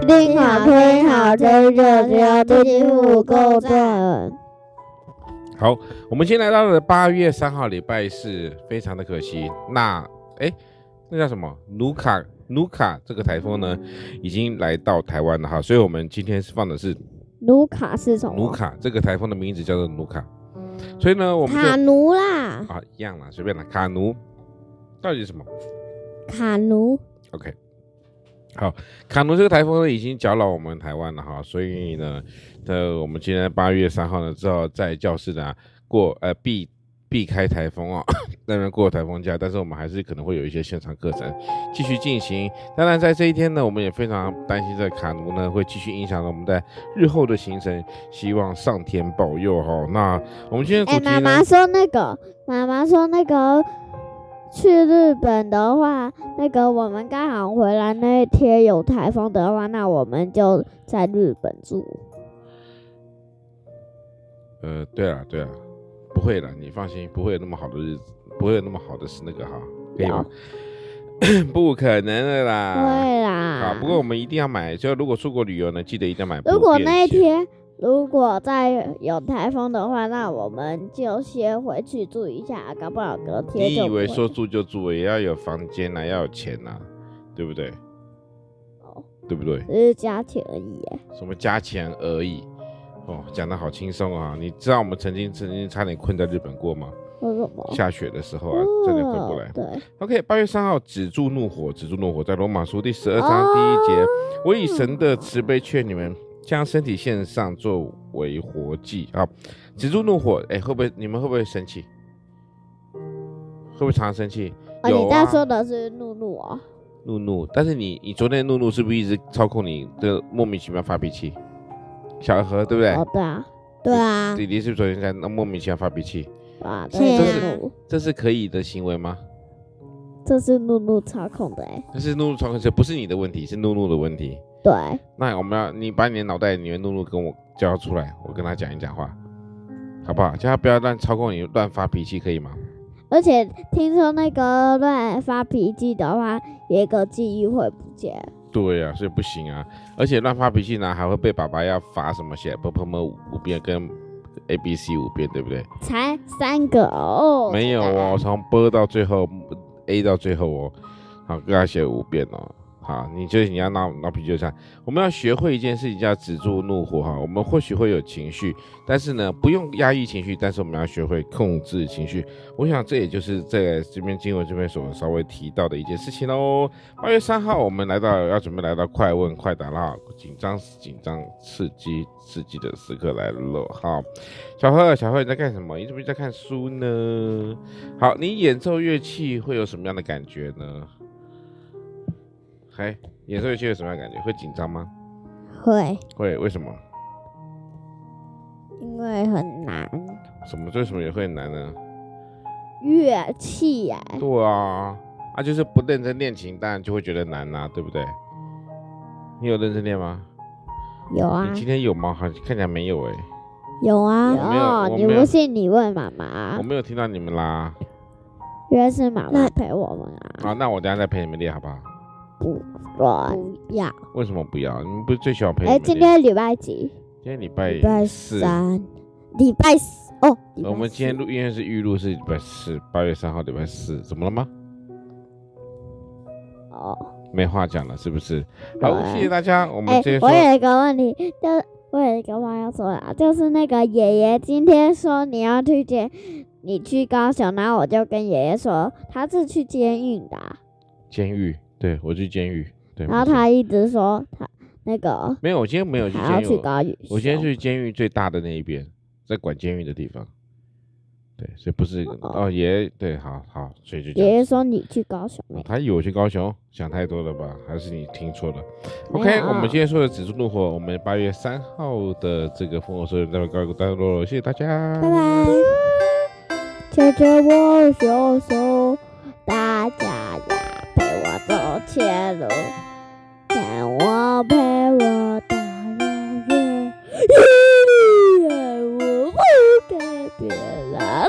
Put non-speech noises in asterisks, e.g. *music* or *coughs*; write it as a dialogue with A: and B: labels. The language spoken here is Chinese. A: 听好听好听着，只要听复够赞。
B: 好，我们先来到了八月三号礼拜四，非常的可惜。那哎，那叫什么？卢卡卢卡这个台风呢，已经来到台湾了哈，所以我们今天是放的是
A: 卢卡是什么？
B: 卢卡这个台风的名字叫做卢卡，所以呢，我们
A: 卡
B: 就
A: 奴啦，
B: 啊一样啦，随便啦，卡奴到底是什么
A: 卡奴。
B: ？OK。好，卡奴这个台风呢已经搅扰我们台湾了哈，所以
A: 嗯
B: 呢，呃，我们今天八月三号呢，只好在教室呢过呃避避开台风哦， *coughs* 那边过台风假，但是我们还是可能会有一些现场课程继续进行。当然，在这一天呢，我们也非常担心这个卡奴呢会继续影响到我们在日后的行程，希望上天保佑哈、哦那我们今天的
A: 哎、
B: 主题
A: 妈
B: 呢？
A: 妈说那个，妈妈说那个，去日本的话，那个我们刚好回来那一天有台风的话，那我们就在日本住。
B: 呃，对啊，对啊，不会的，你放心，不会有那么好的日子，不会有那么好的事，那个哈，可以吗？ *coughs* 不可能的啦。
A: 对啦。
B: 好，啊不过我们一定要买，就如果出国旅游呢，记得一定要买不变
A: 如
B: 形。
A: 果那一天如果再有台风的话，那我们就先回去住一下，搞不好隔天
B: 你
A: 就
B: 以为
A: 回
B: 说住就住，也要有房间啊，要有钱啊，对不对？
A: 哦
B: 对不对？
A: 只是加钱而已耶。
B: 什么加钱而已，哦，讲的好轻松啊！你知道我们曾经曾经差点困在日本过吗？
A: 为什么？
B: 下雪的时候啊，差点回不
A: 哦
B: 来，。
A: 对，
B: OK，八月三号，止住怒火，止住怒火，在罗马书第十二章第一节，我以神的慈悲劝你们，将身体献上作为活祭啊，止住怒火。哎，会不会你们会不会生气？会不会常常生气？
A: 哦，
B: 有
A: 你
B: 啊
A: 在说的是露露哦。
B: 怒怒，但是你你昨天的怒怒是不是一直操控你的莫名其妙发脾气？小何对不对？
A: 哦，对啊，
C: 对啊，
B: 弟弟是不是昨天在那莫名其妙发脾气？
A: 对啊，
C: 是
A: 这
B: 啊
A: 是露露，
B: 这是可以的行为吗？
A: 这是露露操控的哎。
B: 但是怒怒操控是不是你的问题，是怒怒的问题。
A: 对，
B: 那我们要你把你的脑袋里面露露跟我叫出来，我跟他讲一讲话，好不好？叫他不要乱操控你，乱发脾气，可以吗？
A: 而且听说那个乱发脾气的话，有一个记忆会不见。
B: 对呀、所以不行啊！而且乱发脾气呢，还会被爸爸要罚什么写不不不五遍跟 A B C 五遍，对不对？
A: 才三个哦，
B: 没有哦，从 b 到最后 A 到最后哦，好，跟他写五遍哦。好，你就是你要闹闹脾气就这样。我们要学会一件事情，叫止住怒火哈。我们或许会有情绪，但是呢，不用压抑情绪，但是我们要学会控制情绪。我想这也就是在这边经文这边所稍微提到的一件事情喽。八月三号，我们来到要准备来到快问快答啦，紧张紧张刺激刺激的时刻来了哈。小贺，小贺你在干什么？你怎么在看书呢？好，你演奏乐器会有什么样的感觉呢？嘿，演奏乐器有什么样的感觉？会紧张吗？
C: 会，
B: 会，为什么？
C: 因为很难。
B: 什么为什么也会很难呢？
A: 乐器哎，
B: 对啊，啊，就是不认真练琴，当然就会觉得难啦、对不对？你有认真练吗？
C: 有啊
B: 你，今天有吗？好像看起来没有哎、
C: 有啊，
B: 没有我
A: 哦，你
B: 没有
A: 不信你问妈妈
B: 我，没有听到你们啦。
A: 原来是妈妈
C: 那
A: 陪我们啊。
B: 好，那我等一下再陪你们练好不好？
A: 对，
C: 不要。
B: 为什么不要？你们不是最喜欢陪你
A: 哎，
B: 们
A: 今
B: 练
A: 天礼拜几？
B: 今天礼拜
C: 礼拜
B: 四
C: 三，礼拜四哦，礼拜
B: 我们今天
C: 四
B: 录音是预录是礼拜四，八月三号礼拜四，怎么了吗？
A: 哦，
B: 没话讲了是不是？好，
A: 对
B: 谢谢大家，我们
A: 哎
B: 这边，
A: 我
B: 说，
A: 有一个问题，就是我有一个话要说啦，就是那个爷爷今天说你要去监，你去高雄，然后我就跟爷爷说他是去监狱的啊，
B: 监狱，对我去监狱，对，
A: 然后
B: 没错
A: 他一直说他那个
B: 没有，我今天没有去
A: 还要
B: 监狱
A: 去，高雄。
B: 我今天去监狱最大的那一边，在管监狱的地方，对，所以不是
A: 哦
B: 哦，爷对，好好，所以就这
A: 爷
B: 样哦
A: 爷说你去高雄没？
B: 他以为我去高雄，想太多了吧？还是你听错了
A: 没
B: ？OK，
A: 有啊
B: 我们今天说的止住怒火，我们八月三号的这个烽火说就到这告一个段落了，谢谢大家，
C: 拜拜。
A: 牵着我小手，大家呀陪我走前路，看我陪我到老远，因为我不改变了。